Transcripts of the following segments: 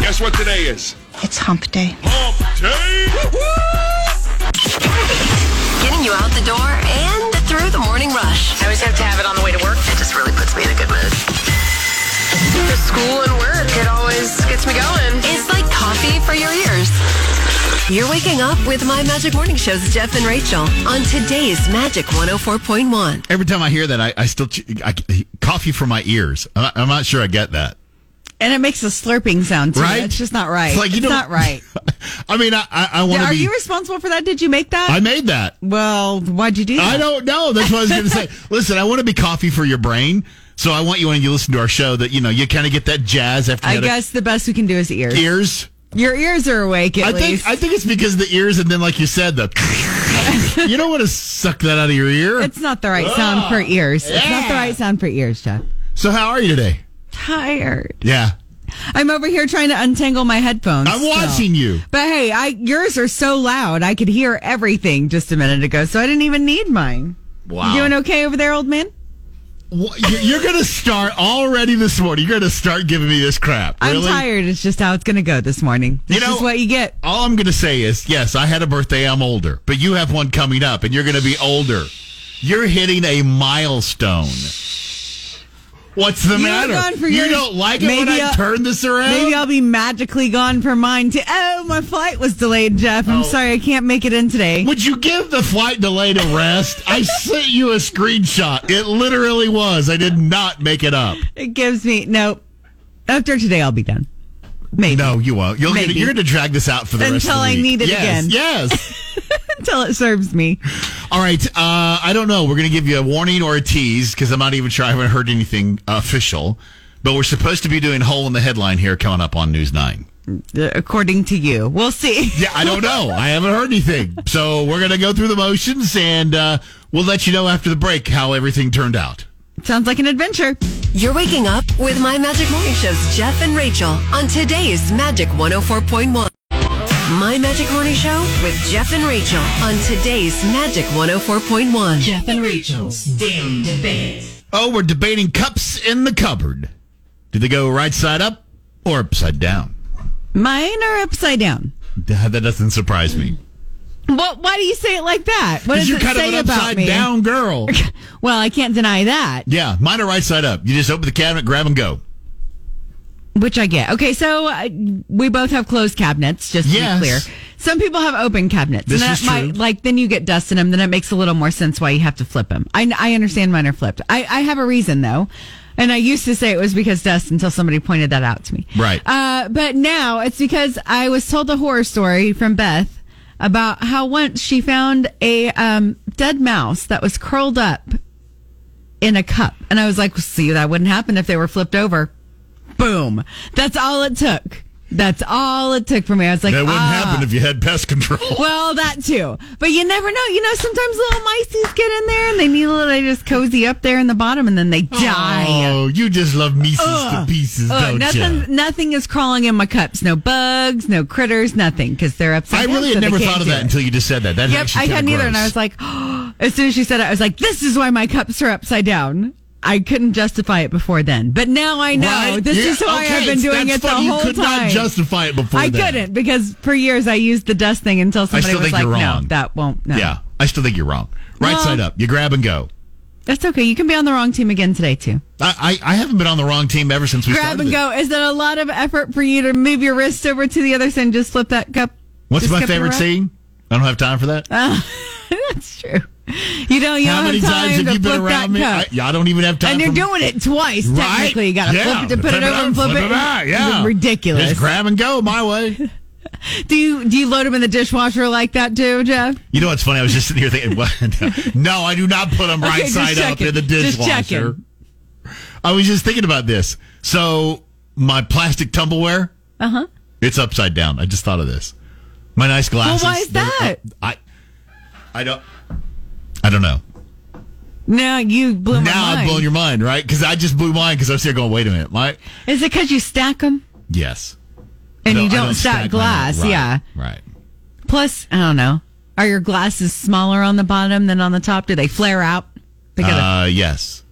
Guess what today is? It's hump day. Hump day. Getting you out the door and through the morning rush. I always have to have it on the way to work. It just really puts me in a good mood. The school and work, it always gets me going. It's like coffee for your ears. You're waking up with My Magic Morning Show's Jeff and Rachel on today's Magic 104.1. Every time I hear that, I, I still ch- I, coffee for my ears. I'm not, I'm not sure I get that. And it makes a slurping sound too. Right? It's just not right. It's like, you It's know- not right. I mean, I I, I want to Are be. you responsible for that? Did you make that? I made that. well, why'd you do that? I don't know. That's what I was going to say. Listen, I want to be coffee for your brain. So I want you when you listen to our show that you know you kind of get that jazz after you I had a- guess the best we can do is ears. ears. Your ears are awake at I least. think I think it's because of the ears, and then like you said, the you don't want to suck that out of your ear. Ah. it's not the right sound for ears. It's not the right sound for ears, Jeff. so how are you today? Tired. Yeah, I'm over here trying to untangle my headphones. I'm still. watching you. But hey, I yours are so loud. I could hear everything just a minute ago, so I didn't even need mine. Wow. You doing okay over there, old man? Wha- you- You're going to start already this morning. You're going to start giving me this crap. I'm Really? tired. It's just how it's going to go this morning. This know- is what you get. All I'm going to say is, yes, I had a birthday. I'm older, but you have one coming up, and you're going to be older. You're hitting a milestone. What's the You were matter? gone for you yours. don't like it when Maybe I I'll- turn this around? Maybe I'll be magically gone for mine too. Oh, my flight was delayed, Jeff. I'm Oh. sorry I can't make it in today. Would you give the flight delay to rest? I sent you a screenshot. It literally was. I did not make it up. It gives me no. After today, I'll be done. Maybe No, you won't. You'll Maybe. you're going to drag this out for the rest of Until the I week. need it yes, again. Yes. until it serves me. All right. Uh, I don't know. We're going to give you a warning or a tease because I'm not even sure. I haven't heard anything official. But we're supposed to be doing hole in the headline here coming up on News 9. Uh, According to you, we'll see. Yeah, I don't know. Oh, I haven't heard anything. So we're going to go through the motions and uh, we'll let you know after the break how everything turned out. Sounds like an adventure. You're waking up with My Magic Morning Show's Jeff and Rachel on today's Magic 104.1. My Magic Morning Show with Jeff and Rachel on today's Magic 104.1. Jeff and Rachel's Daily Debate. Oh, we're debating cups in the cupboard. Do they go right side up or upside down? Mine are upside down. That doesn't surprise me. What? Why do you say it like that? What does you're it kind of say an about upside me? down girl. Well, I can't deny that, yeah, mine are right side up. You just open the cabinet, grab and go. which I get. Okay, so uh, we both have closed cabinets, just to Yes. be clear. Some people have open cabinets. This and that is true. Might, like, then you get dust in them, then it makes a little more sense why you have to flip them. I, I understand mine are flipped. I, I have a reason, though. And I used to say it was because dust until somebody pointed that out to me. Right. Uh, but now it's because I was told a horror story from Beth about how once she found a um, dead mouse that was curled up in a cup. And I was like, see, that wouldn't happen if they were flipped over. Boom. That's all it took. That's all it took for me. I was like, That wouldn't ah. happen if you had pest control. Well, that too. But you never know. You know, sometimes little miceies get in there and they need a little, they just cozy up there in the bottom and then they die. Oh, you just love Mises Ugh. to pieces, Ugh, don't nothing, you? nothing is crawling in my cups. No bugs, no critters, nothing, because they're upside I down, really so had they never can't thought of do that it. until you just said that. That Yep, actually I hadn't kinda either, and I gross. was like, oh, as soon as she said it, I was like, this is why my cups are upside down. I couldn't justify it before then, but now I know. Right? This Yeah, is why okay, I've been doing that's it the funny. whole You could time. not justify it before I then. couldn't because for years I used the dust thing until somebody still think was like, you're "No, wrong." that won't." No, Yeah, I still think you're wrong. Right Well- side up. You grab and go. that's okay. You can be on the wrong team again today too. I, I, I haven't been on the wrong team ever since we Grab started and it. go. Is that a lot of effort for you to move your wrist over to the other side and just flip that cup? What's just my cup in a favorite row? scene? I don't have time for that. That's true. You know, Uh, you How don't many have time times have to you been flip that around me? I, cup. yeah, I don't even have time. and you're for- doing it twice, right? technically. You got to Yeah, flip it to put it over up, and flip, flip it. out, Yeah, ridiculous. Just grab and go my way. Do you do you load them in the dishwasher like that too, Jeff? You know what's funny? I was just sitting here thinking, what? no, I do not put them right just side up checking. in the Just dishwasher. checking. I was just thinking about this. So my plastic Tupperware, uh Uh-huh. huh, it's upside down. I just thought of this. My nice glasses. why is they're that? Up, I, I don't, I don't know. No, you blew my now I'm mind. blowing your mind, right? Because I just blew mine because I was here going, wait a minute, my Is it because you stack them yes, and No, you I don't, stack, mine. glass? Right, Yeah. right. Plus, I don't know. Are your glasses smaller on the bottom than on the top? Do they flare out? They gotta, Uh, yes.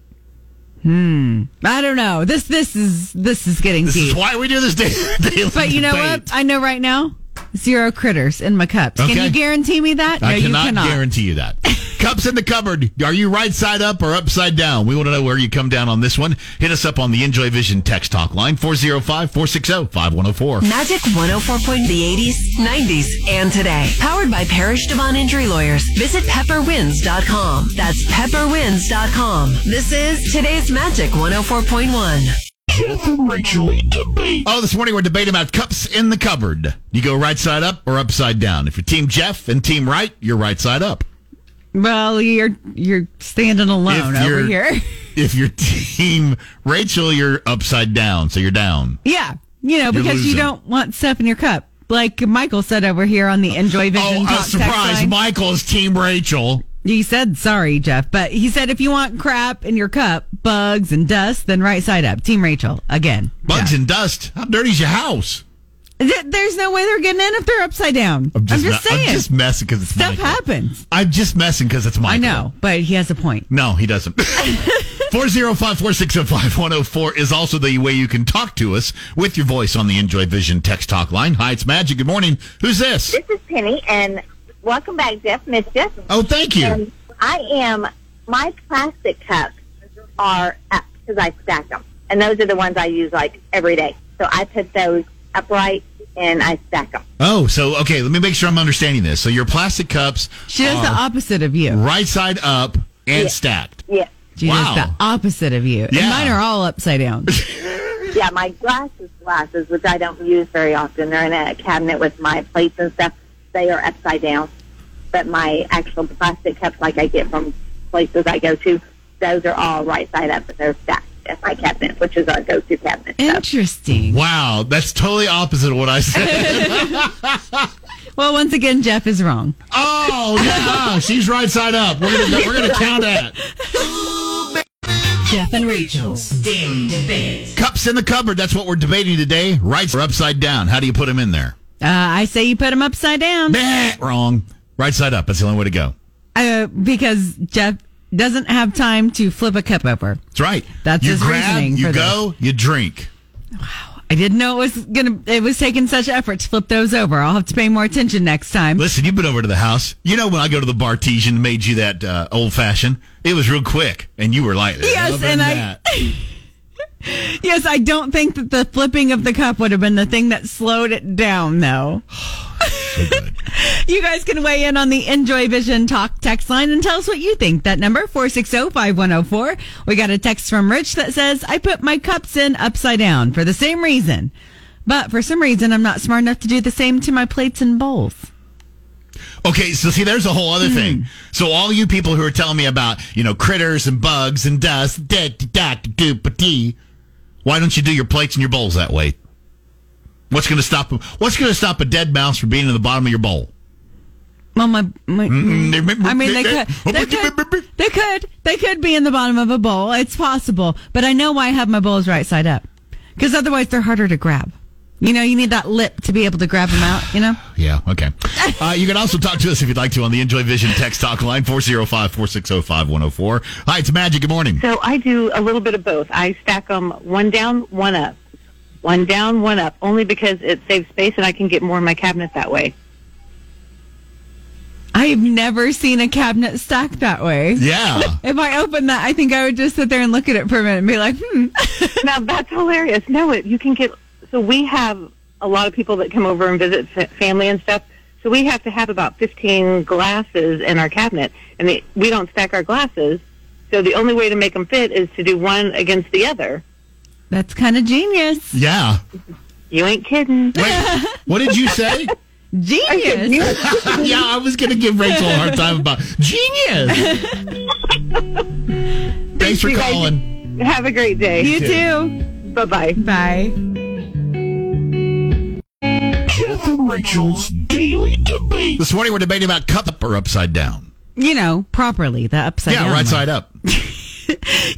Hmm. I don't know. This this is this is getting This deep. is why we do this day. daily but you know debate. what? I know right now. Zero critters in my cups. Can Okay. you guarantee me that? I no, cannot, you cannot. guarantee you that. Cups in the cupboard. Are you right side up or upside down? We want to know where you come down on this one. Hit us up on the Enjoy Vision text talk line 405 460 5104. Magic 104.0 the 80s, 90s, and today. Powered by Parish Devon Injury Lawyers. Visit pepperwins.com. That's pepperwins.com. This is today's Magic 104.1. Oh, this morning we're debating about cups in the cupboard. You go right side up or upside down. If you're Team Jeff and Team Right, you're right side up. Well, you're you're standing alone If over you're- here. If you're Team Rachel, you're upside down, so you're down. yeah, you know because you losing. don't want stuff in your cup, like Michael said over here on the Enjoy Vision. Oh, Talk a text surprise. line. Michael's Team Rachel. He said sorry, Jeff, but he said if you want crap in your cup, bugs and dust, then right side up. Team Rachel again. Bugs and dust. How dirty's your house? Th- there's no way they're getting in if they're upside down. I'm just, me- saying. I'm just messing because it's Stuff Michael. happens. I'm just messing because it's Michael. I know, but he has a point. No, he doesn't. 405-460-5104 is also the way you can talk to us with your voice on the Enjoy Vision text talk line. Hi, it's Magic. Good morning. Who's this? This is Penny, and welcome back, Jeff Mischief. Oh, thank you. And I am, my plastic cups are up because I stack them. And those are the ones I use like every day. So I put those upright and I stack them. Oh, so, okay, let me make sure I'm understanding this. So your plastic cups She does the are opposite of you. right side up and Yeah. stacked. Yeah. She Wow. does the opposite of you. Yeah. And mine are all upside down. Yeah, my glasses, glasses, which I don't use very often. They're in a cabinet with my plates and stuff. They are upside down. But my actual plastic cups, like I get from places I go to, those are all right side up, but they're stacked at my cabinet, which is our go-to cabinet. So- Interesting. Wow, that's totally opposite of what I said. Well, once again, Jeff is wrong. oh, yeah, she's right side up. We're going we're gonna count that. Jeff and Rachel's Daily Debate. Cups in the cupboard. That's what we're debating today. Right or upside down. How do you put them in there? Uh, I say you put him upside down Nah, wrong. Right side up. That's the only way to go. uh, because Jeff doesn't have time to flip a cup over. That's right. That's you his grab, reasoning you for go, you drink. I didn't know it was gonna. It was taking such effort to flip those over. I'll have to pay more attention next time. Listen, you've been over to the house. You know when I go to the Bartesian and made you that uh, old fashioned, it was real quick, and you were like, Yes, loving and I- that. Yes, I don't think that the flipping of the cup would have been the thing that slowed it down, though. you guys can weigh in on the Enjoy Vision Talk text line and tell us what you think. That number, oh, 460-5104. We got a text from Rich that says, I put my cups in upside down for the same reason. But for some reason, I'm not smart enough to do the same to my plates and bowls. Okay, so see, there's a whole other Hmm. thing. So all you people who are telling me about you know critters and bugs and dust, da da da do pa dee, why don't you do your plates and your bowls that way? What's going to stop? What's going to stop a dead mouse from being in the bottom of your bowl? Mm, Well, my, my I I mean, they could, Oh, they could, they could, they could be in the bottom of a bowl. It's possible, but I know why I have my bowls right side up, because otherwise they're harder to grab. You know, you need that lip to be able to grab them out. You know, Yeah, okay. Uh, you can also talk to us if you'd like to on the Enjoy Vision text talk line 405 460 5104. Hi, it's Magic. Good morning. So I do a little bit of both. I stack them one down, one up, one down, one up, only because it saves space and I can get more in my cabinet that way. I have never seen a cabinet stacked that way. Yeah. If I opened that, I think I would just sit there and look at it for a minute and be like, hmm. now that's hilarious. No, it, you can get. So we have a lot of people that come over and visit fa- family and stuff. So we have to have about fifteen glasses in our cabinet, and they, we don't stack our glasses. So the only way to make them fit is to do one against the other. That's kind of genius. Yeah. You ain't kidding. Wait, what did you say? Genius. yeah, I was going to give Rachel a hard time about genius. Thanks for calling. Have a great day. You too. Bye bye. Bye. This morning we're debating about cup up or upside down. You know, properly, the upside Yeah, down. right one. side up.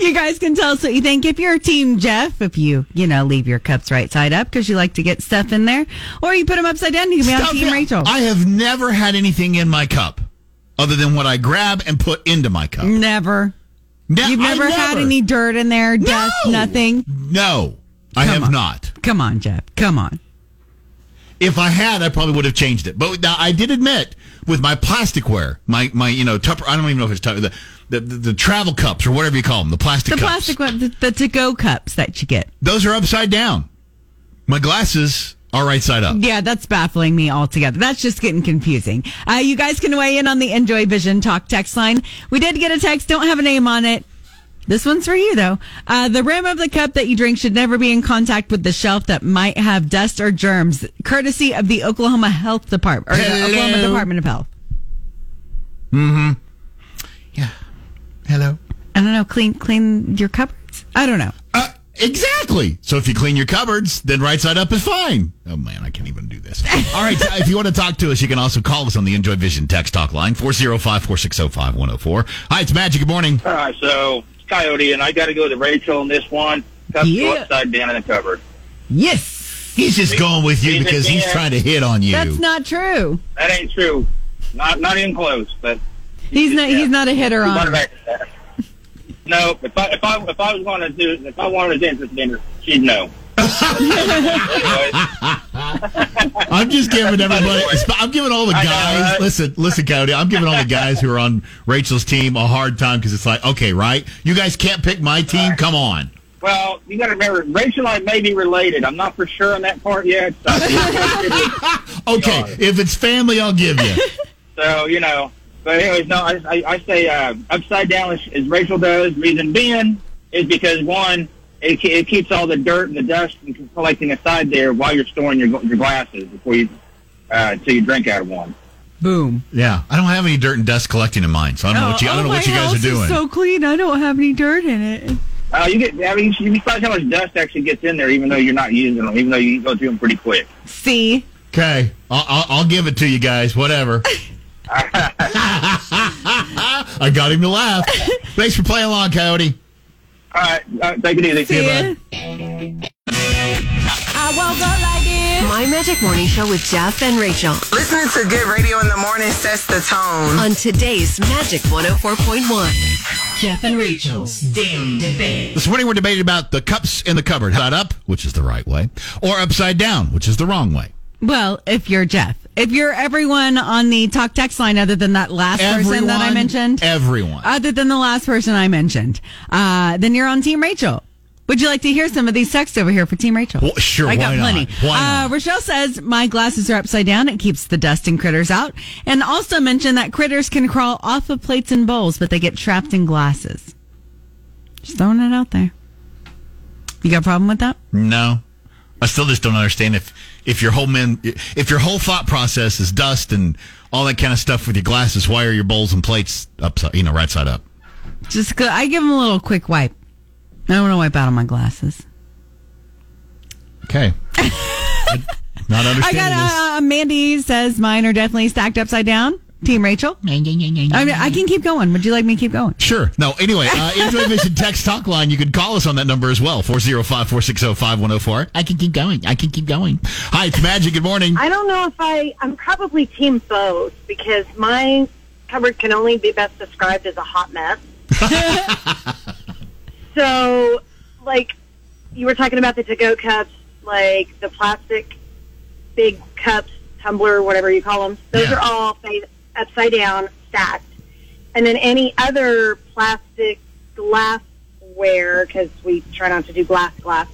you guys can tell us what you think. If you're Team Jeff, if you, you know, leave your cups right side up because you like to get stuff in there, or you put them upside down, you can be Stuff on Team it. Rachel. I have never had anything in my cup other than what I grab and put into my cup. Never. No, You've I never, had never- any dirt in there, dust, nothing. No, I have not. Come on, Jeff. Come on. If I had, I probably would have changed it. But now I did admit with my plasticware, my my you know Tupper, I don't even know if it's Tupper, the, the the the travel cups or whatever you call them, the plastic The cups. plastic one, the, the to-go cups that you get. Those are upside down. My glasses are right side up. Yeah, that's baffling me altogether. That's just getting confusing. Uh, you guys can weigh in on the Enjoy Vision Talk text line. We did get a text, don't have a name on it. This one's for you, though. Uh, the rim of the cup that you drink should never be in contact with the shelf that might have dust or germs, courtesy of the Oklahoma Health Department, or the Hello. Oklahoma Department of Health. Mm-hmm. Yeah. Hello. I don't know, clean, clean your cupboards? I don't know. Uh, exactly. So if you clean your cupboards, then right side up is fine. Oh man, I can't even do this. All right. uh, if you want to talk to us, you can also call us on the Enjoy Vision text talk line 405-460-5104. Hi, it's Magic. Good morning. All right, so it's Coyote, and I got to go to Rachel on this one. Cups Yeah. are upside down in the cupboard. Yes. He's just going with you because he's trying to hit on you. That's not true. That ain't true. Not not even close. But He's not, he's not a hitter Matter of on. fact, no. If I if I if I was going to do if I wanted to dance with dinner, she'd know. I'm just giving everybody. I'm giving all the I know, guys. right? Listen, listen, Coyote. I'm giving all the guys who are on Rachel's team a hard time because it's like, okay, right? You guys can't pick my team. Come on. Well, you got to remember, Rachel and I may be related. I'm not for sure on that part yet. So, Okay, if it's family, I'll give you. so you know. But anyways, no, I, I, I say uh, upside down is, is Rachel does. Reason being is because one, it, ke- it keeps all the dirt and the dust from collecting aside there while you're storing your gl- your glasses before you uh, until you drink out of one. Boom. Yeah, I don't have any dirt and dust collecting in mine, so I don't know what you. I don't know what you guys are doing. so Oh, clean. I don't have any dirt in it. Uh, you get, I mean, you should be surprised how much dust actually gets in there, even though you're not using them, even though you go through them pretty quick. See, Okay, I'll, I'll, I'll give it to you guys. Whatever. I got him to laugh. Thanks for playing along, Coyote. All right, uh, take it easy. see Yeah, bud. ya. I woke up like this. My Magic Morning Show with Jeff and Rachel Listening to good radio in the morning sets the tone. on today's Magic 104.1. Jeff and Rachel's damn debate. This morning we're debating about the cups in the cupboard, side up, which is the right way, or upside down, which is the wrong way. Well, if you're Jeff, if you're everyone on the talk text line, other than that last person that I Everyone- mentioned, Everyone. other than the last person I mentioned, uh, then you're on Team Rachel. Would you like to hear some of these texts over here for Team Rachel? Well, sure, I got why not? plenty. Why not? Uh, Rochelle says my glasses are upside down. It keeps the dust and critters out, and also mentioned that critters can crawl off of plates and bowls, but they get trapped in glasses. Just throwing it out there. You got a problem with that? no, I still just don't understand if if your whole men if your whole thought process is dust and all that kind of stuff with your glasses. Why are your bowls and plates upside, you know, right side up? Just 'cause- I give them a little quick wipe. I don't want to wipe out on my glasses. Okay. I- not I understanding got uh, Mandy says mine are definitely stacked upside down. Team Rachel. this. I mean, I can keep going. Would you like me to keep going? Sure. No, anyway, uh, Enjoy Vision text talk line, you can call us on that number as well, 405-460-5104. I can keep going. I can keep going. Hi, it's Magic. Good morning. I don't know if I. I'm probably team both because my cupboard can only be best described as a hot mess. so, like, you were talking about the to-go cups, like the plastic big cups, tumbler, whatever you call them. Those Yeah. are all fa- upside down, stacked, and then any other plastic glassware because we try not to do glass glass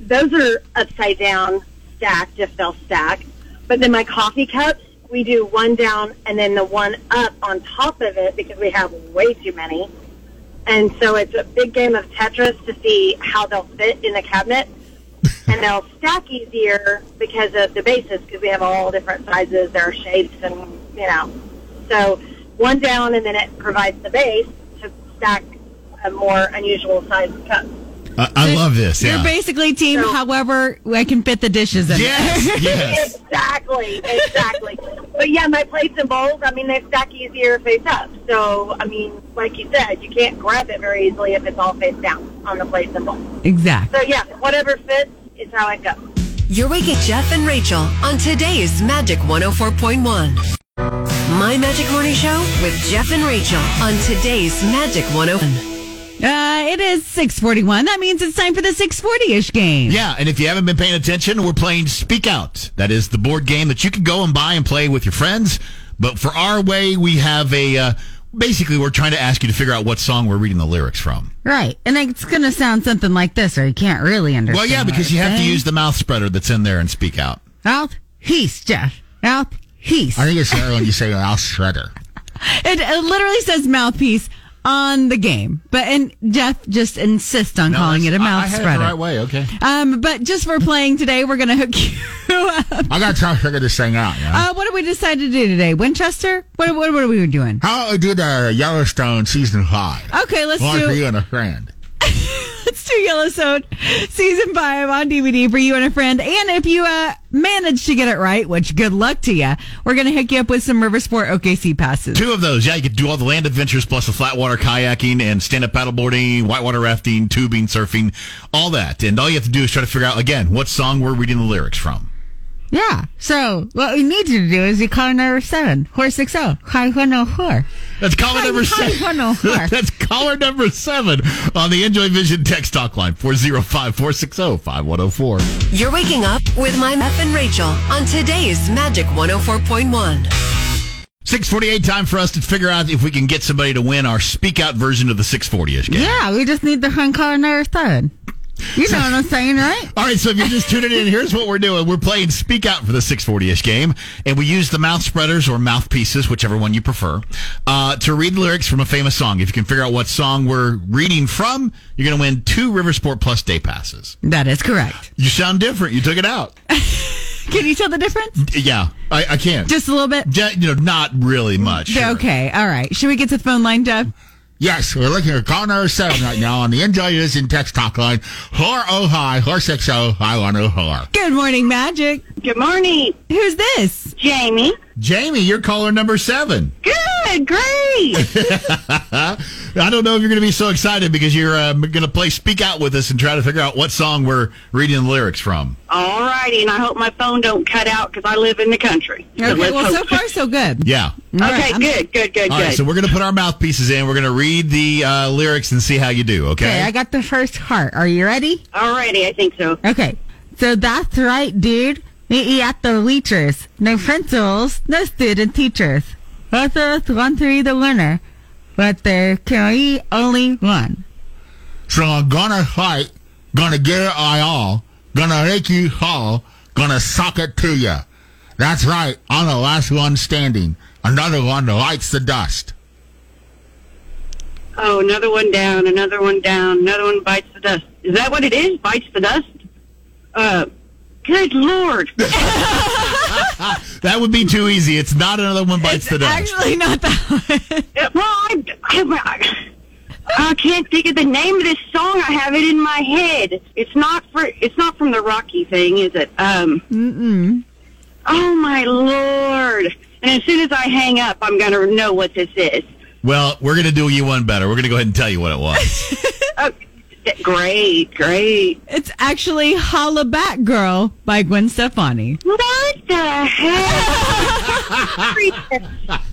those are upside down stacked if they'll stack. But then my coffee cups, we do one down and then the one up on top of it because we have way too many. And so it's a big game of Tetris to see how they'll fit in the cabinet. and they'll stack easier because of the bases because we have all different sizes, there are shapes and you know. So one down and then it provides the base to stack a more unusual size cup. Uh, I, I love this. You're Yeah. basically team. However, I can fit the dishes in. yes. Yes. Exactly, exactly. but yeah, my plates and bowls, I mean, they stack easier face up. So, I mean, like you said, you can't grab it very easily if it's all face down on the plates and bowls. Exactly. So yeah, whatever fits is how it goes. You're waking Jeff and Rachel on today's Magic 104.1. My Magic oh Morning Show with Jeff and Rachel on today's Magic 101. Uh, it is 641. That means it's time for the 640-ish game. Yeah, and if you haven't been paying attention, we're playing Speak Out. That is the board game that you can go and buy and play with your friends. But for our way, we have a uh, basically we're trying to ask you to figure out what song we're reading the lyrics from. Right. And it's going to sound something like this, or you can't really understand. Well, yeah, what because it's you have to saying. use the mouth spreader that's in there and Speak Out. Out he's Jeff. Out he's. think it's better when you say I'll shredder. It, it literally says mouthpiece on the game. But and Jeff just insists on calling it a mouth I, I had spreader. It the right way, okay. Um, but just for playing today, we're going to hook you up. I got to try to figure this thing out. You know? Uh, what did we decide to do today? Winchester? What, what, what are we doing? How do the Yellowstone season five? Okay, let's One for do you and a friend. let's do Yellowstone season five on DVD for you and a friend. And if you uh, manage to get it right, which good luck to you, we're going to hook you up with some Riversport OKC passes. Two of those, yeah. You could do all the land adventures plus the flat water kayaking and stand up paddleboarding, whitewater rafting, tubing, surfing, all that. And all you have to do is try to figure out again what song we're reading the lyrics from. Yeah. So what we need you to do is you call number seven, four six zero, high one oh four. That's caller Hi- number hi, seven. 104. That's caller number seven on the Enjoy Vision text talk line 405 460 5104. You're waking up with my Meth and Rachel on today's Magic 104.1. 648 time for us to figure out if we can get somebody to win our speak out version of the 640 ish game. Yeah, we just need to find caller number seven. You know what I'm saying, right? All right, so if you're just tuning in, here's what we're doing. We're playing Speak Out for the 640-ish game, and we use the mouth spreaders or mouthpieces, whichever one you prefer, uh, to read lyrics from a famous song. If you can figure out what song we're reading from, you're going to win two Riversport Plus day passes. That is correct. You sound different. You took it out. Can you tell the difference? Yeah, I, I can't. Just a little bit? Ja- you know, not really much. Sure. Okay. All right. Should we get to the phone line, Jeff? Yes, we're looking at caller number seven right now on the Enjoy Vision text talk line. Four oh high, four six oh high one oh four. Good morning, Magic. Good morning, Who's this? Jamie. Jamie, you're caller number seven. Good, great. I don't know if you're going to be so excited because you're uh, going to play Speak Out with us and try to figure out what song we're reading the lyrics from. All righty, and I hope my phone don't cut out because I live in the country. So Okay, let's well, hope- so far, so good. Yeah. All right, okay, I'm- good, good, good, All good. right, so we're going to put our mouthpieces in. We're going to read the uh, lyrics and see how you do, Okay, okay? I got the first heart. Are you ready? Alrighty, I think so. Okay. So that's right, dude. We eat at the bleachers. No principals, no student teachers. Both of us want to be the winner, but there can be only one. So I'm gonna fight, gonna get it I all, gonna make you fall, gonna sock it to ya. That's right, I'm the last one standing. Another one lights the dust. Oh, another one down, another one down, another one bites the dust. Is that what it is? Bites the dust? Uh, good lord. that would be too easy. It's not another one bites the dust. Actually, not that hard. Uh, well, I, I, I can't think of the name of this song. I have it in my head. It's not for. It's not from the Rocky thing, is it? Um. Mm-mm. Oh my lord! And as soon as I hang up, I'm gonna know what this is. well, we're going to do you one better. We're going to go ahead and tell you what it was. Oh, th- great, great. It's actually Holla Back Girl by Gwen Stefani. What the hell?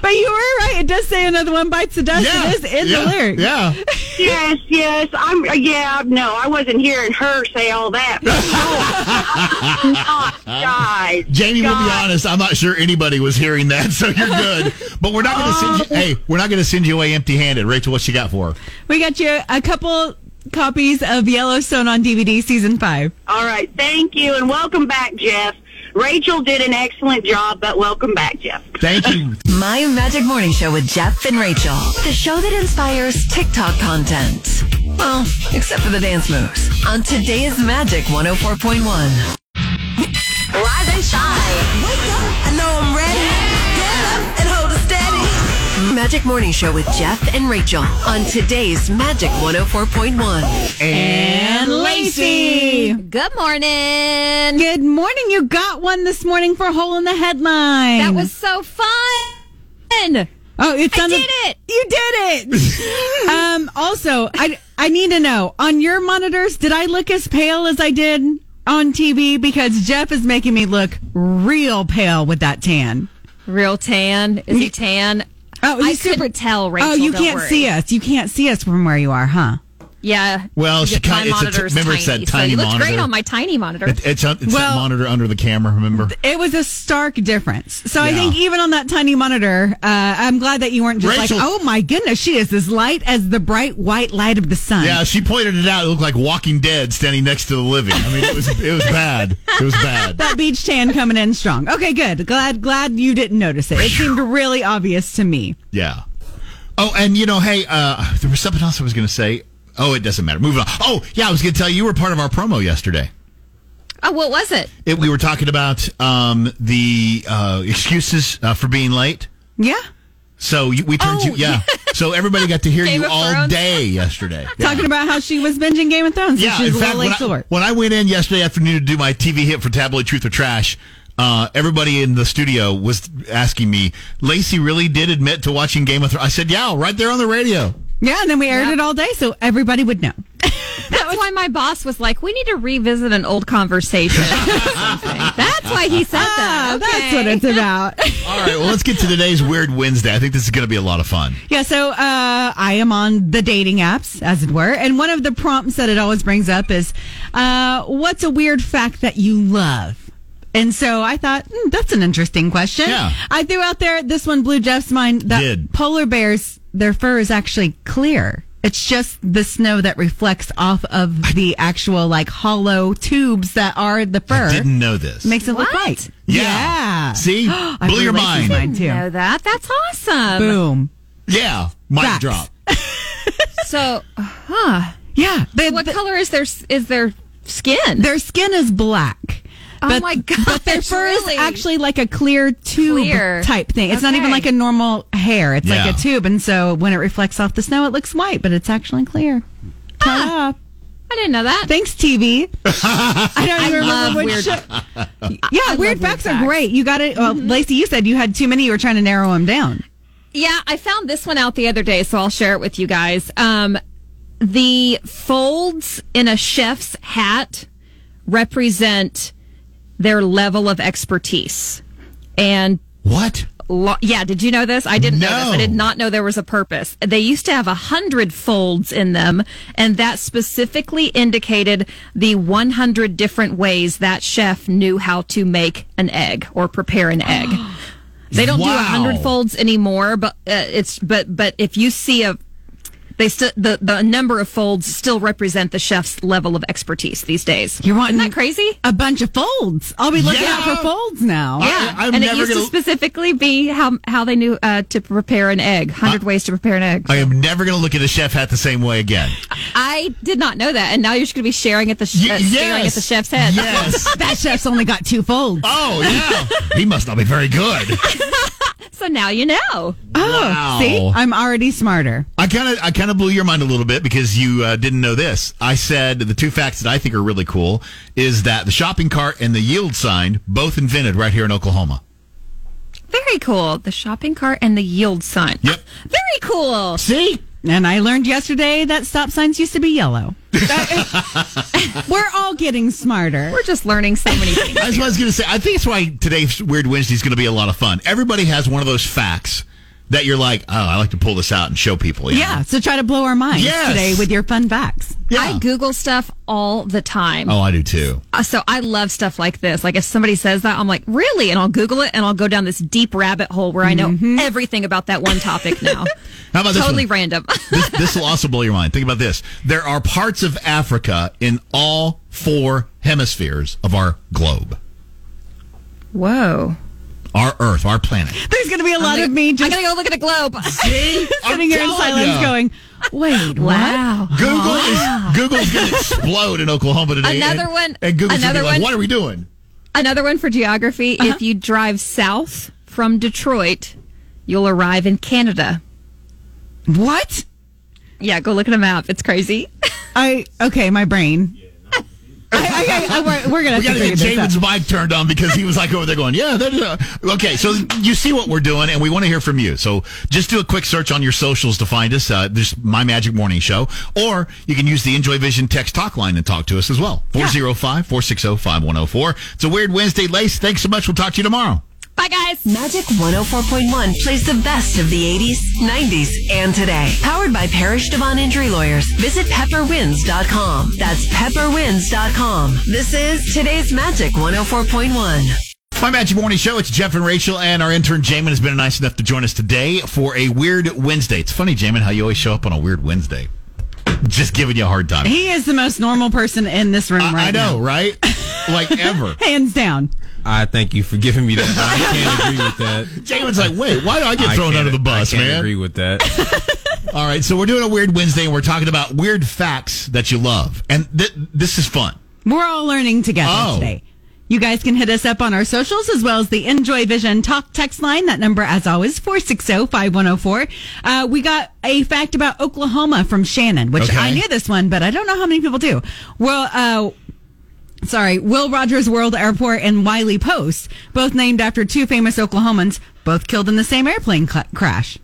But you were right. It does say another one bites the dust. It is in yeah, the lyrics. Yeah. yes, yes. I'm. Yeah. No, I wasn't hearing her say all that. But no, I'm not, guys. Jamie, we'll be God. honest. I'm not sure anybody was hearing that, so you're good. But we're not going to Oh. send you. Hey, we're not going to send you away empty-handed. Rachel, what you got for? her? We got you a couple copies of Yellowstone on DVD season five. All right. Thank you, and welcome back, Jeff. Rachel did an excellent job, but welcome back, Jeff. Thank you. My Magic Morning Show with Jeff and Rachel. The show that inspires TikTok content. Well, except for the dance moves. On today's Magic 104.1. Rise and shine. Wake up. I know I'm ready. Get up and hold it steady. Magic Morning Show with Jeff and Rachel on today's Magic 104.1. And Lacey. Good morning. Good morning. You got one this morning for Hole in the Headline. That was so fun. Oh, it's I on the- did it! You did it. um, also, I I need to know on your monitors, did I look as pale as I did on TV? Because Jeff is making me look real pale with that tan. Real tan. Is he tan? Oh, I he's super- couldn't tell, Rachel. Oh, you don't can't worry. see us. You can't see us from where you are, huh? Yeah. Well, she Yeah, kind- my it's a t- monitor's remember it's that tiny so It looks great monitor. on my tiny monitor. It, it's on- it's that Well- monitor under the camera. Remember? It was a stark difference. So I Yeah. think even on that tiny monitor, uh, I'm glad that you weren't just Rachel- like, oh my goodness, she is as light as the bright white light of the sun. Yeah, she pointed it out. It looked like Walking Dead standing next to the living. I mean, it was it was bad. It was bad. That beach tan coming in strong. Okay, good. Glad, glad you didn't notice it. It seemed really obvious to me. Yeah. Oh, and you know, hey, uh, there was something else I was going to say. Oh, it doesn't matter. Moving on. Oh, yeah, I was going to tell you you were part of our promo yesterday. oh, what was it? It, we were talking about um, the uh, excuses uh, for being late. Yeah. So you, we turned you, yeah. So everybody got to hear Oh. Game you of all Thrones. day yesterday. Talking about how she was binging Game of Thrones. so Yeah, she in was a fact, little when late to I, work. when I went in yesterday afternoon to do my TV hit for Tabloid Truth or Trash, uh, everybody in the studio was asking me, Lacey really did admit to watching Game of Thrones. I said, yeah, right there on the radio. Yeah, and then we aired it all day so everybody would know. That's why my boss was like, "We need to revisit an old conversation." That's why he said that. Ah, That's what it's about. All right, well, let's get to today's Weird Wednesday. I think this is going to be a lot of fun. Yeah, so uh, I am on the dating apps, as it were, and one of the prompts that it always brings up is, uh, "What's a weird fact that you love?" And so I thought hmm, that's an interesting question. Yeah. I threw out there this one blew Jeff's mind that Did. polar bears their fur is actually clear. It's just the snow that reflects off of the actual like hollow tubes that are the fur. Didn't know this. Makes it look What? white. Yeah. Yeah. See? I Blew your Lacey's mind. too. Know that? That's awesome. Boom. yeah, mic Facts. drop. So, huh? Yeah. They- What they- color is their is their skin? Their skin is black. Oh but, my gosh, But their fur really? is actually like a clear tube Clear. type thing. It's not even Okay. like a normal hair. It's Yeah. like a tube, and so when it reflects off the snow, it looks white, but it's actually clear. Ta-da. Ah, I didn't know that. Thanks, TV. I don't even love remember what weird- show- Yeah, weird facts, are great. You got it. Mm-hmm. Well, Lacey, you said you had too many. You were trying to narrow them down. Yeah, I found this one out the other day, so I'll share it with you guys. Um, the folds in a chef's hat represent their level of expertise. And What? lo- yeah, did you know this? I didn't know this. No. I did not know there was a purpose. They used to have a hundred folds in them, and that specifically indicated the 100 different ways that chef knew how to make an egg or prepare an egg. They don't do a Wow. hundred folds anymore, but uh, it's but but if you see a they still the the number of folds still represent the chef's level of expertise these days. You're wanting Isn't that crazy? A bunch of folds. I'll be looking Yeah. out for folds now. Yeah, I- I'm and it never used gonna- to specifically be how how they knew uh, to prepare an egg. Uh, Hundred ways to prepare an egg. I am never going to look at a chef hat the same way again. I did not know that, and now you're just going to be sharing at the sh- Y- uh, staring at yes. the chef's head. Yes. That chef's only got two folds. oh, yeah. He must not be very good. so now you know. Wow. Oh, See, I'm already smarter. I kind of I kind of blew your mind a little bit because you uh, didn't know this. I said the two facts that I think are really cool is that the shopping cart and the yield sign both invented right here in Oklahoma. Very cool. The shopping cart and the yield sign. Yep. Very cool. See, And I learned yesterday that stop signs used to be yellow. We're all getting smarter. We're just learning so many things. that's what I was going to say. I think that's why today's Weird Wednesday is going to be a lot of fun. Everybody has one of those facts that you're like, oh, I like to pull this out and show people. you know? Yeah, so try to blow our minds Yes. today with your fun facts. I Google stuff all the time. Oh, I do too. Uh, So I love stuff like this. Like if somebody says that, I'm like, really? And I'll Google it and I'll go down this deep rabbit hole where I know everything about that one topic now. How about this totally one? random. this will also blow your mind. Think about this. There are parts of Africa in all four hemispheres of our globe, Whoa. our Earth, our planet. There's going to be a lot of me I'm just going to go look at a globe. I'm sitting here in telling silence ya. going, wait, wow. wow. Google is Google's going to explode in Oklahoma today. Ah. Another and, one- And Google's going to another be like, one. "What are we doing?" Another one for geography. If you drive south from Detroit, you'll arrive in Canada. What? What? Yeah, go look at a map. It's crazy. I, okay, my brain. I, I, I, we're going We to got have to get to figure this out. Jamin's mic turned on because he was like over there going, "Yeah." That is a-" Okay, so you see what we're doing, and we want to hear from you. So just do a quick search on your socials to find us. Uh, there's my Magic Morning Show, or you can use the Enjoy Vision text talk line and talk to us as well. 405-460-5104. It's a weird Wednesday, Lace. Thanks so much. We'll talk to you tomorrow. Bye. Bye, guys. Magic 104.1 plays the best of the 80s, 90s, and today. Powered by Parish Devon Injury Lawyers. Visit pepperwinds.com. That's pepperwinds.com. This is today's Magic 104.1. My Magic Morning Show. It's Jeff and Rachel, and our intern Jamin has been nice enough to join us today for a Weird Wednesday. It's funny, Jamin, how you always show up on a Weird Wednesday. Just giving you a hard time. He is the most normal person in this room right I know, right? Like ever. now. Hands down. I thank you for giving me that. I can't agree with that. Jamin's like, wait, why do I get I thrown can't- under the bus, I can't man? agree with that. All right, so we're doing a Weird Wednesday, and we're talking about weird facts that you love, and th- this is fun. We're all learning together Oh. today. You guys can hit us up on our socials as well as the Enjoy Vision Talk text line. That number, as always, oh, 460 5104. Uh, we got a fact about Oklahoma from Shannon, which Okay. I knew this one, but I don't know how many people do. Well, uh, sorry, Will Rogers World Airport and Wiley Post, both named after two famous Oklahomans, both killed in the same airplane cl- crash.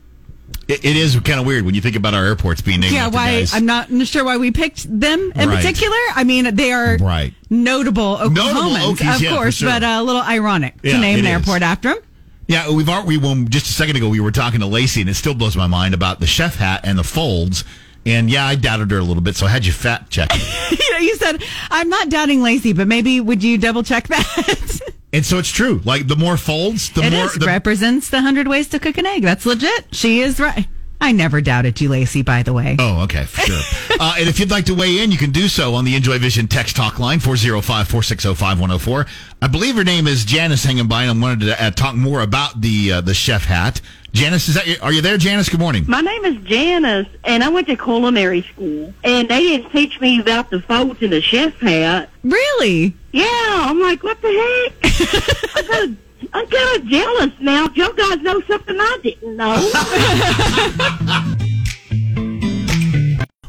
It, it is kind of weird when you think about our airports being named yeah, after why? guys. I'm not sure why we picked them in Right. particular. I mean, they are Right. notable Oklahomans, Okies, of yeah, for course, sure. but uh, a little ironic Yeah, to name it an is. airport after them. Yeah, we've already, we, when, just a second ago, we were talking to Lacey, and it still blows my mind about the chef hat and the folds. And yeah, I doubted her a little bit, so I had you fact check. it. you know, you said I'm not doubting Lacey, but maybe would you double check that? and so it's true. Like, the more folds, the it more. is the- represents the hundred ways to cook an egg. That's legit. She is right. I never doubted you, Lacey. By the way. Oh, okay, for sure. uh, and if you'd like to weigh in, you can do so on the Enjoy Vision text talk line, 405 460 5104. I believe her name is Janice hanging by, and I wanted to uh, talk more about the uh, the chef hat. Janice, is that, you- are you there, Janice? Good morning. My name is Janice, and I went to culinary school, and they didn't teach me about the folds in the chef hat. Really? Yeah, I'm like, what the heck? I'm kind of jealous now. Y'all guys know something I didn't know.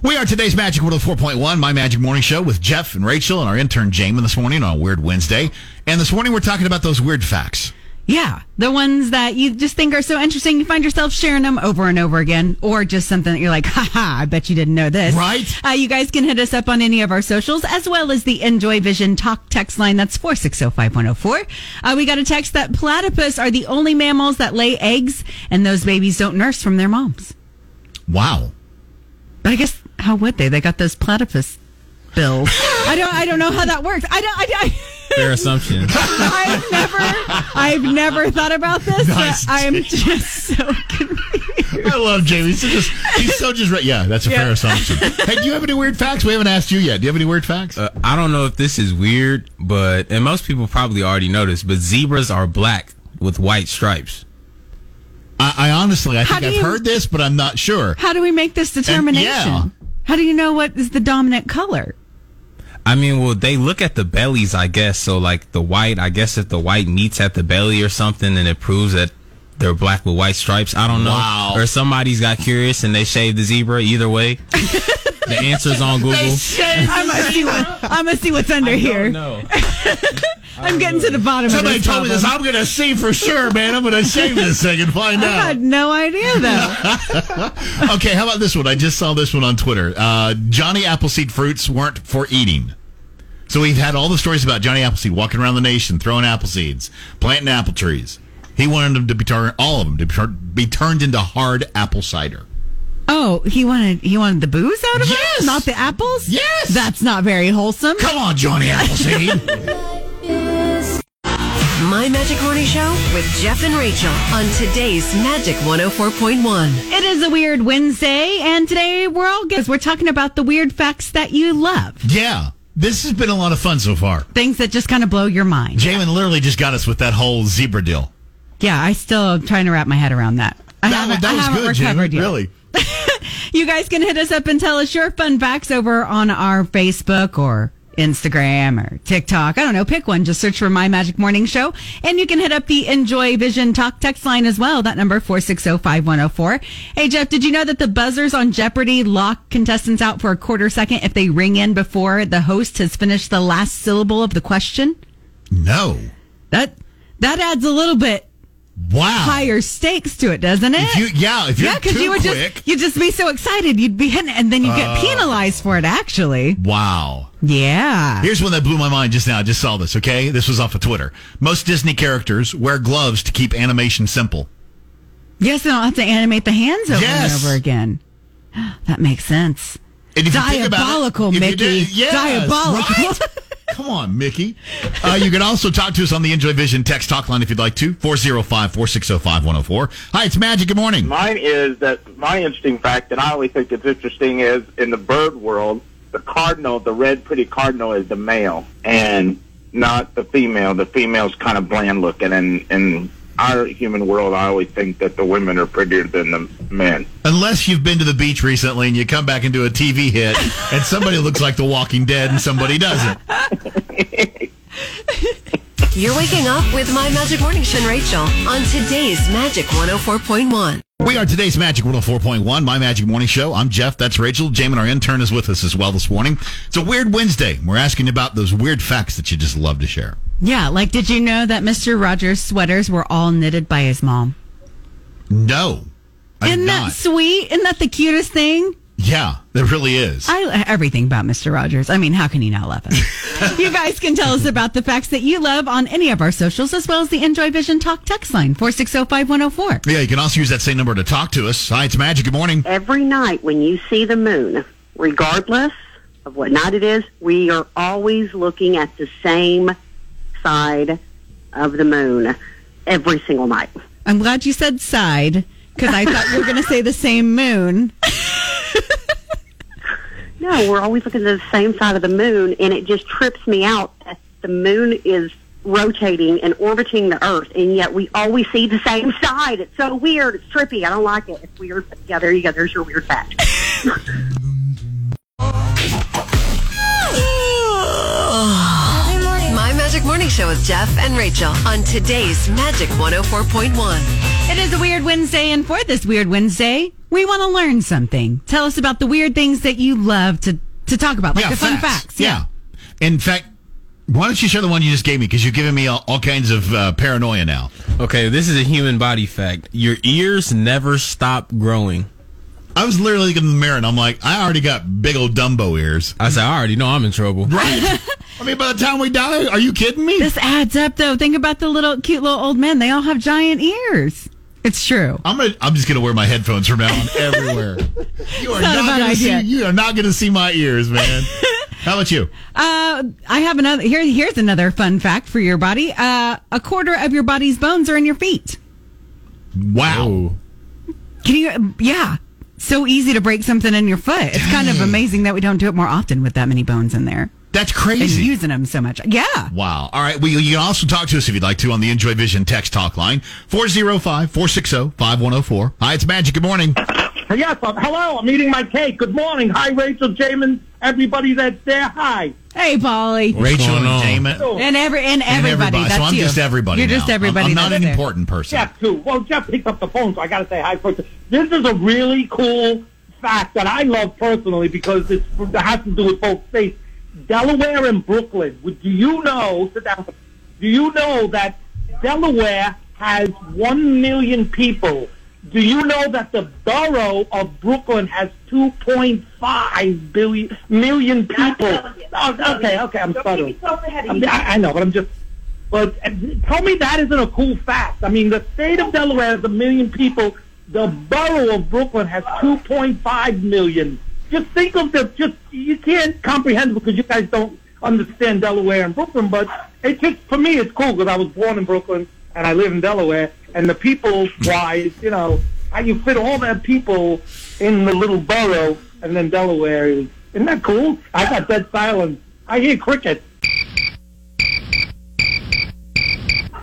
We are today's Magic 104.1, My Magic Morning Show with Jeff and Rachel and our intern Jamin this morning on Weird Wednesday. And this morning we're talking about those weird facts. Yeah, the ones that you just think are so interesting, you find yourself sharing them over and over again, or just something that you're like, haha, I bet you didn't know this. Right? Uh, you guys can hit us up on any of our socials, as well as the Enjoy Vision Talk text line. That's 4605104. Uh, we got a text that platypus are the only mammals that lay eggs, and those babies don't nurse from their moms. Wow. But I guess, how would they? They got those platypus bills. I don't, I don't know how that works. I don't, I, I Fair assumption. I've never, I've never thought about this. Nice, but I'm just so. I love Jamie. He's, just, he's so just right. Yeah, that's a fair Yeah. assumption. Hey, do you have any weird facts? We haven't asked you yet. Do you have any weird facts? Uh, I don't know if this is weird, but and most people probably already know this, but zebras are black with white stripes. I, I honestly, I How think do I've you- heard this, but I'm not sure. How do we make this determination? How do you know what is the dominant color? I mean, well, they look at the bellies, I guess. So, like the white, I guess if the white meets at the belly or something, and it proves that they're black with white stripes. I don't know. Wow. Or somebody's got curious and they shaved the zebra. Either way, the answer's on Google. I'm gonna see what I'm gonna see what's under here. No, I'm getting to the bottom. Somebody of this told me this. problem. I'm going to see for sure, man. I'm going to shave this thing and find I out. had no idea though. okay, how about this one? I just saw this one on Twitter. Uh, Johnny Appleseed fruits weren't for eating. So we've had all the stories about Johnny Appleseed walking around the nation, throwing apple seeds, planting apple trees. He wanted them to be turned, all of them to be, tur- be turned into hard apple cider. Oh, he wanted he wanted the booze out of it, not the apples. Yes, that's not very wholesome. Come on, Johnny Appleseed. My Magic Morning Show with Jeff and Rachel on today's Magic 104.1. It is a weird Wednesday, and today we're all good. We're talking about the weird facts that you love, Yeah, this has been a lot of fun so far. things that just kind of blow your mind. Jamin literally just got us with that whole zebra deal. Yeah, I still am trying to wrap my head around that. I That, haven't- that I was haven't good, recovered Jamin. yet. Really. You guys can hit us up and tell us your fun facts over on our Facebook or Instagram or TikTok. I don't know. Pick one. Just search for My Magic Morning Show. And you can hit up the Enjoy Vision Talk text line as well. That number 4605104. Hey, Jeff, did you know that the buzzers on Jeopardy lock contestants out for a quarter second if they ring in before the host has finished the last syllable of the question? No. That that adds a little bit Wow. Higher stakes to it, doesn't it? you- yeah, if you're yeah, 'cause too you would quick- just you'd just be so excited, you'd be hitting, and then you get Oh. penalized for it. Actually, Wow. Yeah. Here's one that blew my mind just now. I just saw this, okay? This was off of Twitter. Most Disney characters wear gloves to keep animation simple. yes, they don't have to animate the hands over Yes. and over again. That makes sense. And if you think about it- Diabolical, if you Mickey. did- yes, Diabolical. right? Come on, Mickey. Uh, you can also talk to us on the Enjoy Vision text talk line if you'd like to. 405 460 5104. Hi, it's Magic. Good morning. Mine is that my interesting fact that I always think is interesting is in the bird world, the cardinal, the red pretty cardinal, is the male and not the female. The female's kind of bland looking, and in our human world, I always think that the women are prettier than the men. Unless you've been to the beach recently and you come back and do a TV hit and somebody looks like The Walking Dead and somebody doesn't. You're waking up with My Magic Morning Show and Rachel on today's Magic 104.1. We are today's Magic 104.1, My Magic Morning Show. I'm Jeff. That's Rachel. Jamin, our intern, is with us as well this morning. It's a weird Wednesday. We're asking about those weird facts that you just love to share. Yeah, like did you know that Mr. Rogers' sweaters were all knitted by his mom? No. I did Isn't not. that sweet? Isn't that the cutest thing? Yeah, there really is. I everything about Mr. Rogers. I mean, how can you not love him? you guys can tell us about the facts that you love on any of our socials, as well as the Enjoy Vision Talk text line four six zero five one zero four. Yeah, you can also use that same number to talk to us. Hi, it's Magic. Good morning. Every night when you see the moon, regardless of what night it is, we are always looking at the same side of the moon every single night. I'm glad you said side because I thought you were going to say the same moon. No, we're always looking at the same side of the moon, and it just trips me out that the moon is rotating and orbiting the Earth, and yet we always see the same side. It's so weird. It's trippy. I don't like it. It's weird. But yeah, there you go. There's your weird fact. My Magic Morning Show with Jeff and Rachel on today's Magic 104.1. It is a weird Wednesday, and for this weird Wednesday, we want to learn something. Tell us about the weird things that you love to to talk about, like the fun facts. Yeah. In fact, why don't you share the one you just gave me? Because you're giving me all, all kinds of uh, paranoia now. Okay, this is a human body fact. Your ears never stop growing. I was literally looking in the mirror and I'm like, I already got big old Dumbo ears. I said, I already know I'm in trouble. Right. I mean, by the time we die, are you kidding me? This adds up, though. Think about the little cute little old men. They all have giant ears. It's true. I'm gonna, I'm just gonna wear my headphones from now on everywhere. You are It's not a bad gonna see, idea. you are not gonna see my ears, man. How about you? Uh, I have another. Here, here's another fun fact for your body. Uh, a quarter of your body's bones are in your feet. Wow. Oh. Can you? Yeah. So easy to break something in your foot. It's kind of amazing that we don't do it more often with that many bones in there. That's crazy. And using them so much. Yeah. Wow. All right. Well, you can also talk to us if you'd like to on the Enjoy Vision text talk line 405 460 5104. Hi, it's Magic. Good morning. Yes, I'm, hello, I'm eating my cake. Good morning. Hi, Rachel, Jamin, everybody that's there. Hi. Hey, Polly. Rachel and Damon. And every and everybody. That's so I'm you. just everybody. You're now. just I'm, everybody. I'm that's not an there. important person. Jeff, too. Well, Jeff picked up the phone, so I got to say hi first. This is a really cool fact that I love personally because it's, it has to do with both states. Delaware and Brooklyn. Would- Do you know, sit down, do you know that Delaware has one million people? Do you know that the borough of Brooklyn has 2.5 billion, million people? Oh, okay, okay, I'm stuttering. I'm- I, I know, but I'm just. But uh, tell me that isn't a cool fact. I mean, the state of Delaware has a million people. The borough of Brooklyn has 2.5 million. Just think of the just you can't comprehend because you guys don't understand Delaware and Brooklyn. But it just for me it's cool because I was born in Brooklyn and I live in Delaware. And the people wise, you know, how you fit all that people in the little borough and then Delaware is isn't that cool? I got dead silence. I hear crickets.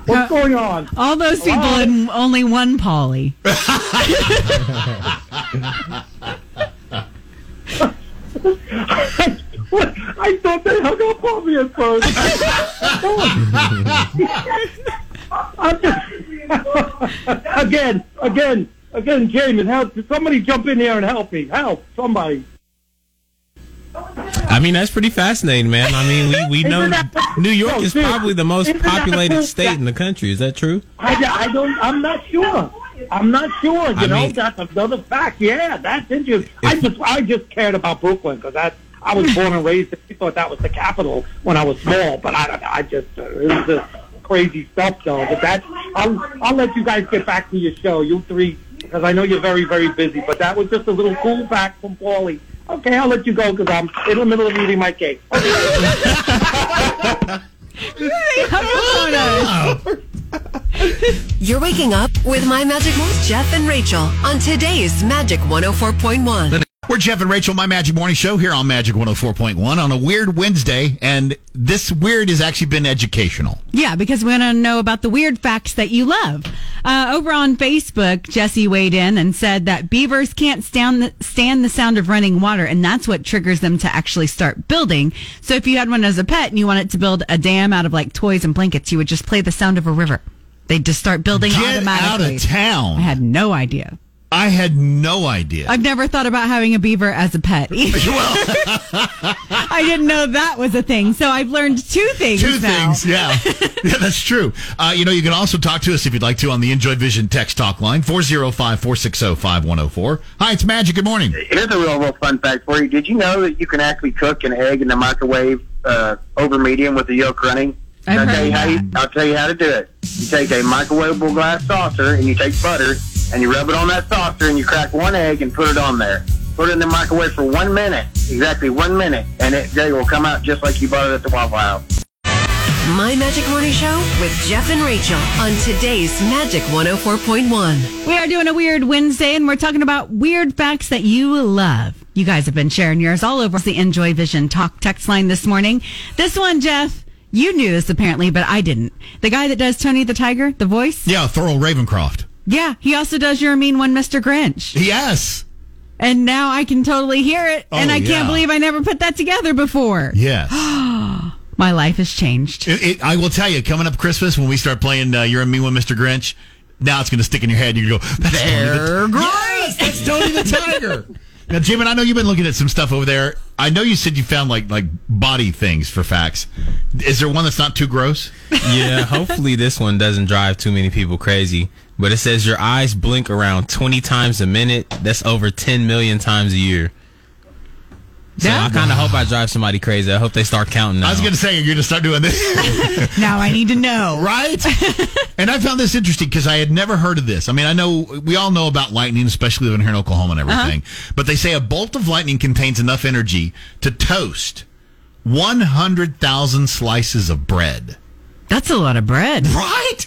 What's going on? All those people Hello? and only one Polly. I thought they hung up on me at first. I'm just- again, again, again, Jamin, help! Somebody jump in here and help me. Help, somebody. I mean, that's pretty fascinating, man. I mean, we, we Isn't know that- New York No, is seriously. probably the most Isn't that populated cool? state in the country. Is that true? I, I don't. I'm not sure. I'm not sure. You I know, mean- that's another fact. Yeah, that's interesting. I just, I just cared about Brooklyn because that I was born and raised. there. I thought that was the capital when I was small, but I, don't know. I just uh, it was just crazy stuff though. But that, I'll, I'll let you guys get back to your show, you three, because I know you're very, very busy. But that was just a little cool fact from Paulie. Okay, I'll let you go because I'm in the middle of eating my cake. Oh, You're waking up with My Magic Morning, Jeff and Rachel on today's Magic 104.1. We're Jeff and Rachel, my Magic Morning Show here on Magic 104.1 on a weird Wednesday, and this weird has actually been educational. Yeah, because we want to know about the weird facts that you love. Uh, over on Facebook, Jesse weighed in and said that beavers can't stand the, stand the sound of running water, and that's what triggers them to actually start building. So if you had one as a pet and you wanted to build a dam out of like toys and blankets, you would just play the sound of a river. They'd just start building Get out automatically. of town. I had no idea. I had no idea. I've never thought about having a beaver as a pet. either. I didn't know that was a thing. So I've learned two things. Two now. things, yeah. yeah, that's true. Uh, you know, you can also talk to us if you'd like to on the Enjoy Vision text talk line, 405 460 5104. Hi, it's Magic. Good morning. Here's a real, real fun fact for you. Did you know that you can actually cook an egg in the microwave uh, over medium with the yolk running? I've will tell heard you how you, I'll tell you how to do it. You take a microwavable glass saucer and you take butter and you rub it on that saucer and you crack one egg and put it on there. Put it in the microwave for one minute, exactly one minute, and it, they will come out just like you bought it at the Waffle House. My Magic Morning Show with Jeff and Rachel on today's Magic 104.1. We are doing a weird Wednesday and we're talking about weird facts that you love. You guys have been sharing yours all over the Enjoy Vision Talk text line this morning. This one, Jeff, you knew this apparently, but I didn't. The guy that does Tony the Tiger, the voice. Yeah, Thurl Ravencroft. Yeah, he also does your mean one, Mr. Grinch. Yes. And now I can totally hear it, and Oh, I yeah. can't believe I never put that together before. Yes. My life has changed. It, it, I will tell you, coming up Christmas, when we start playing uh, You're a Me One, Mr. Grinch, now it's going to stick in your head. You're going to go, that's Tony the- Yes, that's Tony the Tiger. Now, Jim, and I know you've been looking at some stuff over there. I know you said you found like like body things for facts. Is there one that's not too gross? yeah, hopefully this one doesn't drive too many people crazy. But it says your eyes blink around 20 times a minute. That's over 10 million times a year. So I kind of hope I drive somebody crazy. I hope they start counting. Now. I was going to say, you're going to start doing this. now I need to know. Right? and I found this interesting because I had never heard of this. I mean, I know we all know about lightning, especially living here in Oklahoma and Uh-huh. everything. But they say a bolt of lightning contains enough energy to toast 100,000 slices of bread. That's a lot of bread. Right?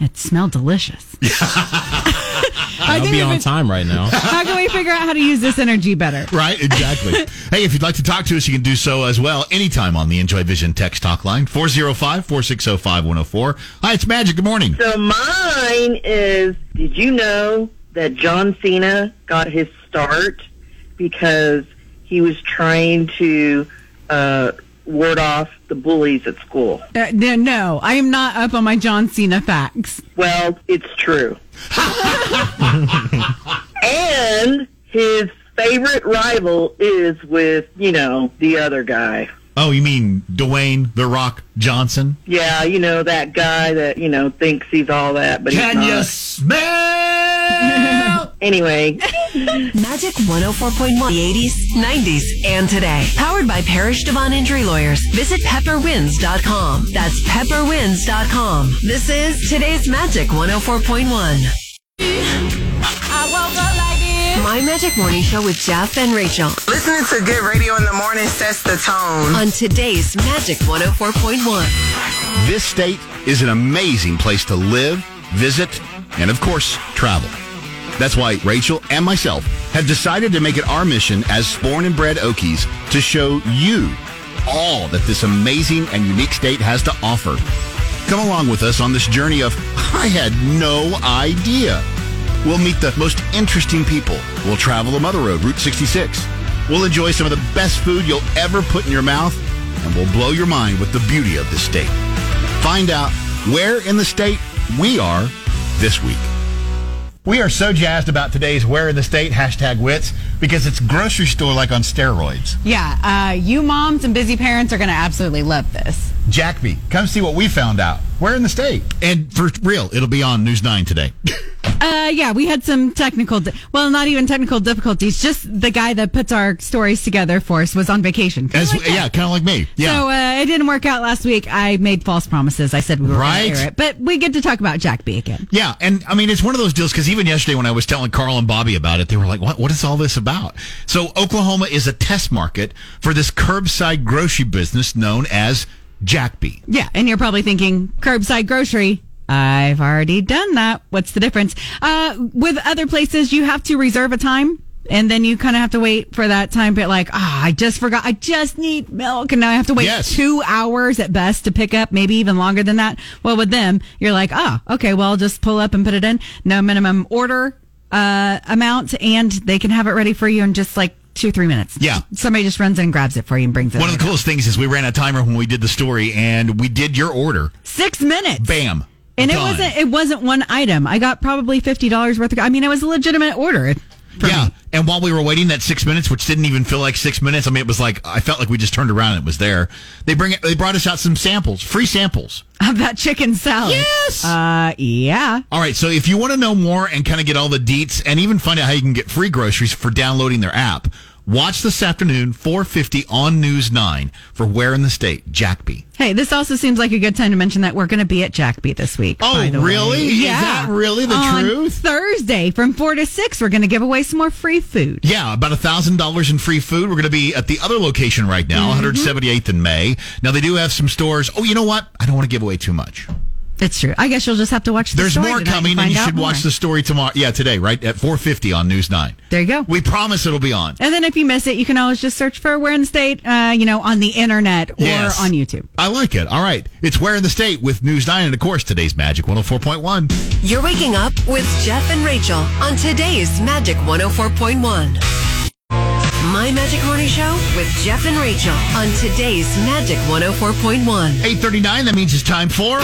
It smelled delicious. I I'll didn't be on even- time right now. How can we figure out how to use this energy better? Right, exactly. hey, if you'd like to talk to us, you can do so as well anytime on the Enjoy Vision text talk line, 405 460 5104. Hi, it's Magic. Good morning. So mine is did you know that John Cena got his start because he was trying to uh, ward off the bullies at school? Uh, no, no, I am not up on my John Cena facts. Well, it's true. and his favorite rival is with, you know, the other guy. Oh, you mean Dwayne The Rock Johnson? Yeah, you know, that guy that, you know, thinks he's all that, but Can he's you not. smell? anyway. Magic 104.1, the 80s, 90s, and today. Powered by Parish Devon Injury Lawyers. Visit pepperwins.com. That's pepperwins.com. This is today's Magic 104.1. I woke up like this. My Magic Morning Show with Jeff and Rachel. Listening to good radio in the morning sets the tone. On today's Magic 104.1. This state is an amazing place to live, visit, and of course, travel. That's why Rachel and myself have decided to make it our mission as Sporn and Bred Okies to show you all that this amazing and unique state has to offer. Come along with us on this journey of I had no idea. We'll meet the most interesting people. We'll travel the Mother Road, Route 66. We'll enjoy some of the best food you'll ever put in your mouth, and we'll blow your mind with the beauty of this state. Find out where in the state we are this week. We are so jazzed about today's Where in the State hashtag wits because it's grocery store like on steroids. Yeah, uh, you moms and busy parents are going to absolutely love this. Jackby, come see what we found out. Where in the State. And for real, it'll be on News 9 today. Uh, yeah, we had some technical, di- well, not even technical difficulties. Just the guy that puts our stories together for us was on vacation. Kinda As, like that. yeah, kind of like me. Yeah. So uh, it didn't work out last week. I made false promises. I said we were going Right. to air it, but we get to talk about Jack B again. Yeah, and I mean it's one of those deals because even yesterday when I was telling Carl and Bobby about it, they were like, "What? What is all this about?" So Oklahoma is a test market for this curbside grocery business known as Jackby. Yeah, and you're probably thinking curbside grocery. I've already done that. What's the difference? Uh, with other places, you have to reserve a time. And then you kind of have to wait for that time, but like, ah, I just forgot. I just need milk. And now I have to wait Yes. two hours at best to pick up, maybe even longer than that. Well, with them, you're like, oh, okay, well, I'll just pull up and put it in. No minimum order, uh, amount. And they can have it ready for you in just like two, three minutes. Yeah. Somebody just runs in and grabs it for you and brings it. One of the coolest things is we ran a timer when we did the story, and we did your order. Six minutes. Bam. And it Done. wasn't it wasn't one item. I got probably fifty dollars worth of. I mean, it was a legitimate order. Yeah, and while we were waiting that six minutes, which didn't even feel like six minutes, I mean, it was like I felt like we just turned around and it was there. They bring it, they brought us out some samples, free samples. Of that chicken salad. Yes. Uh, yeah. All right, so if you want to know more and kind of get all the deets and even find out how you can get free groceries for downloading their app, watch this afternoon 4:50 on News 9 for Where in the State Jackby. Hey, this also seems like a good time to mention that we're going to be at Jackby this week. Oh, by the way. really? Is Yeah. that really the On truth? Thursday from four to six, we're going to give away some more free food. Yeah, about $1,000 in free food. We're going to be at the other location right Mm-hmm. now, 178th and May. Now, they do have some stores. Oh, you know what? I don't want to give away too much. It's true. I guess you'll just have to watch. The There's story more tonight coming, find and you out should more. watch the story tomorrow. Yeah, today, right? At 4.50 on News 9. There you go. We promise it'll be on. And then if you miss it, you can always just search for Where in the State, uh, you know, on the internet or Yes. on YouTube. I like it. All right. It's Where in the State with News 9 and, of course, today's Magic 104.1. You're waking up with Jeff and Rachel on today's Magic 104.1. My Magic Morning Show with Jeff and Rachel on today's Magic 104.1. 8.39, that means it's time for...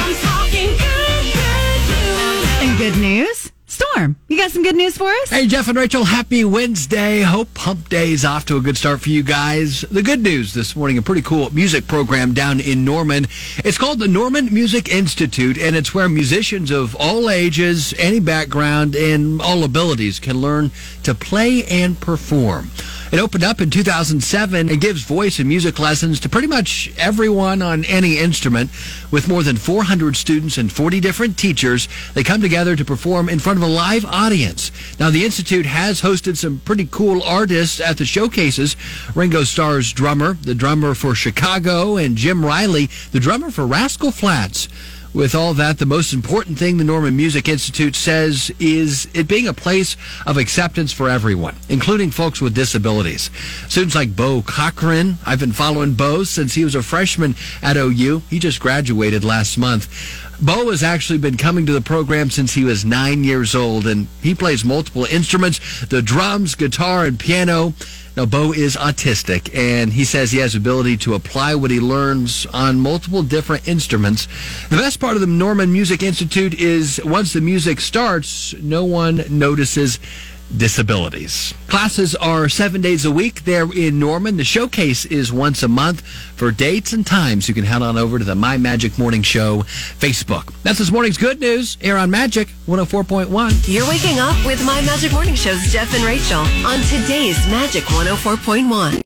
And good news, Storm, you got some good news for us? Hey, Jeff and Rachel, happy Wednesday. Hope Hump Day is off to a good start for you guys. The good news this morning, a pretty cool music program down in Norman. It's called the Norman Music Institute, and it's where musicians of all ages, any background, and all abilities can learn to play and perform. It opened up in 2007 and gives voice and music lessons to pretty much everyone on any instrument. With more than 400 students and 40 different teachers, they come together to perform in front of a live audience. Now, the Institute has hosted some pretty cool artists at the showcases. Ringo Starr's drummer, the drummer for Chicago, and Jim Riley, the drummer for Rascal Flats. With all that, the most important thing the Norman Music Institute says is it being a place of acceptance for everyone, including folks with disabilities. Students like Bo Cochran, I've been following Bo since he was a freshman at OU. He just graduated last month. Bo has actually been coming to the program since he was nine years old, and he plays multiple instruments the drums, guitar, and piano. Now, Bo is autistic, and he says he has the ability to apply what he learns on multiple different instruments. The best part of the Norman Music Institute is once the music starts, no one notices disabilities. Classes are seven days a week there in Norman. The showcase is once a month. For dates and times, you can head on over to the My Magic Morning Show Facebook. That's this morning's good news here on Magic 104.1. You're oh waking up with My Magic Morning Show's Jeff and Rachel on today's Magic 104.1.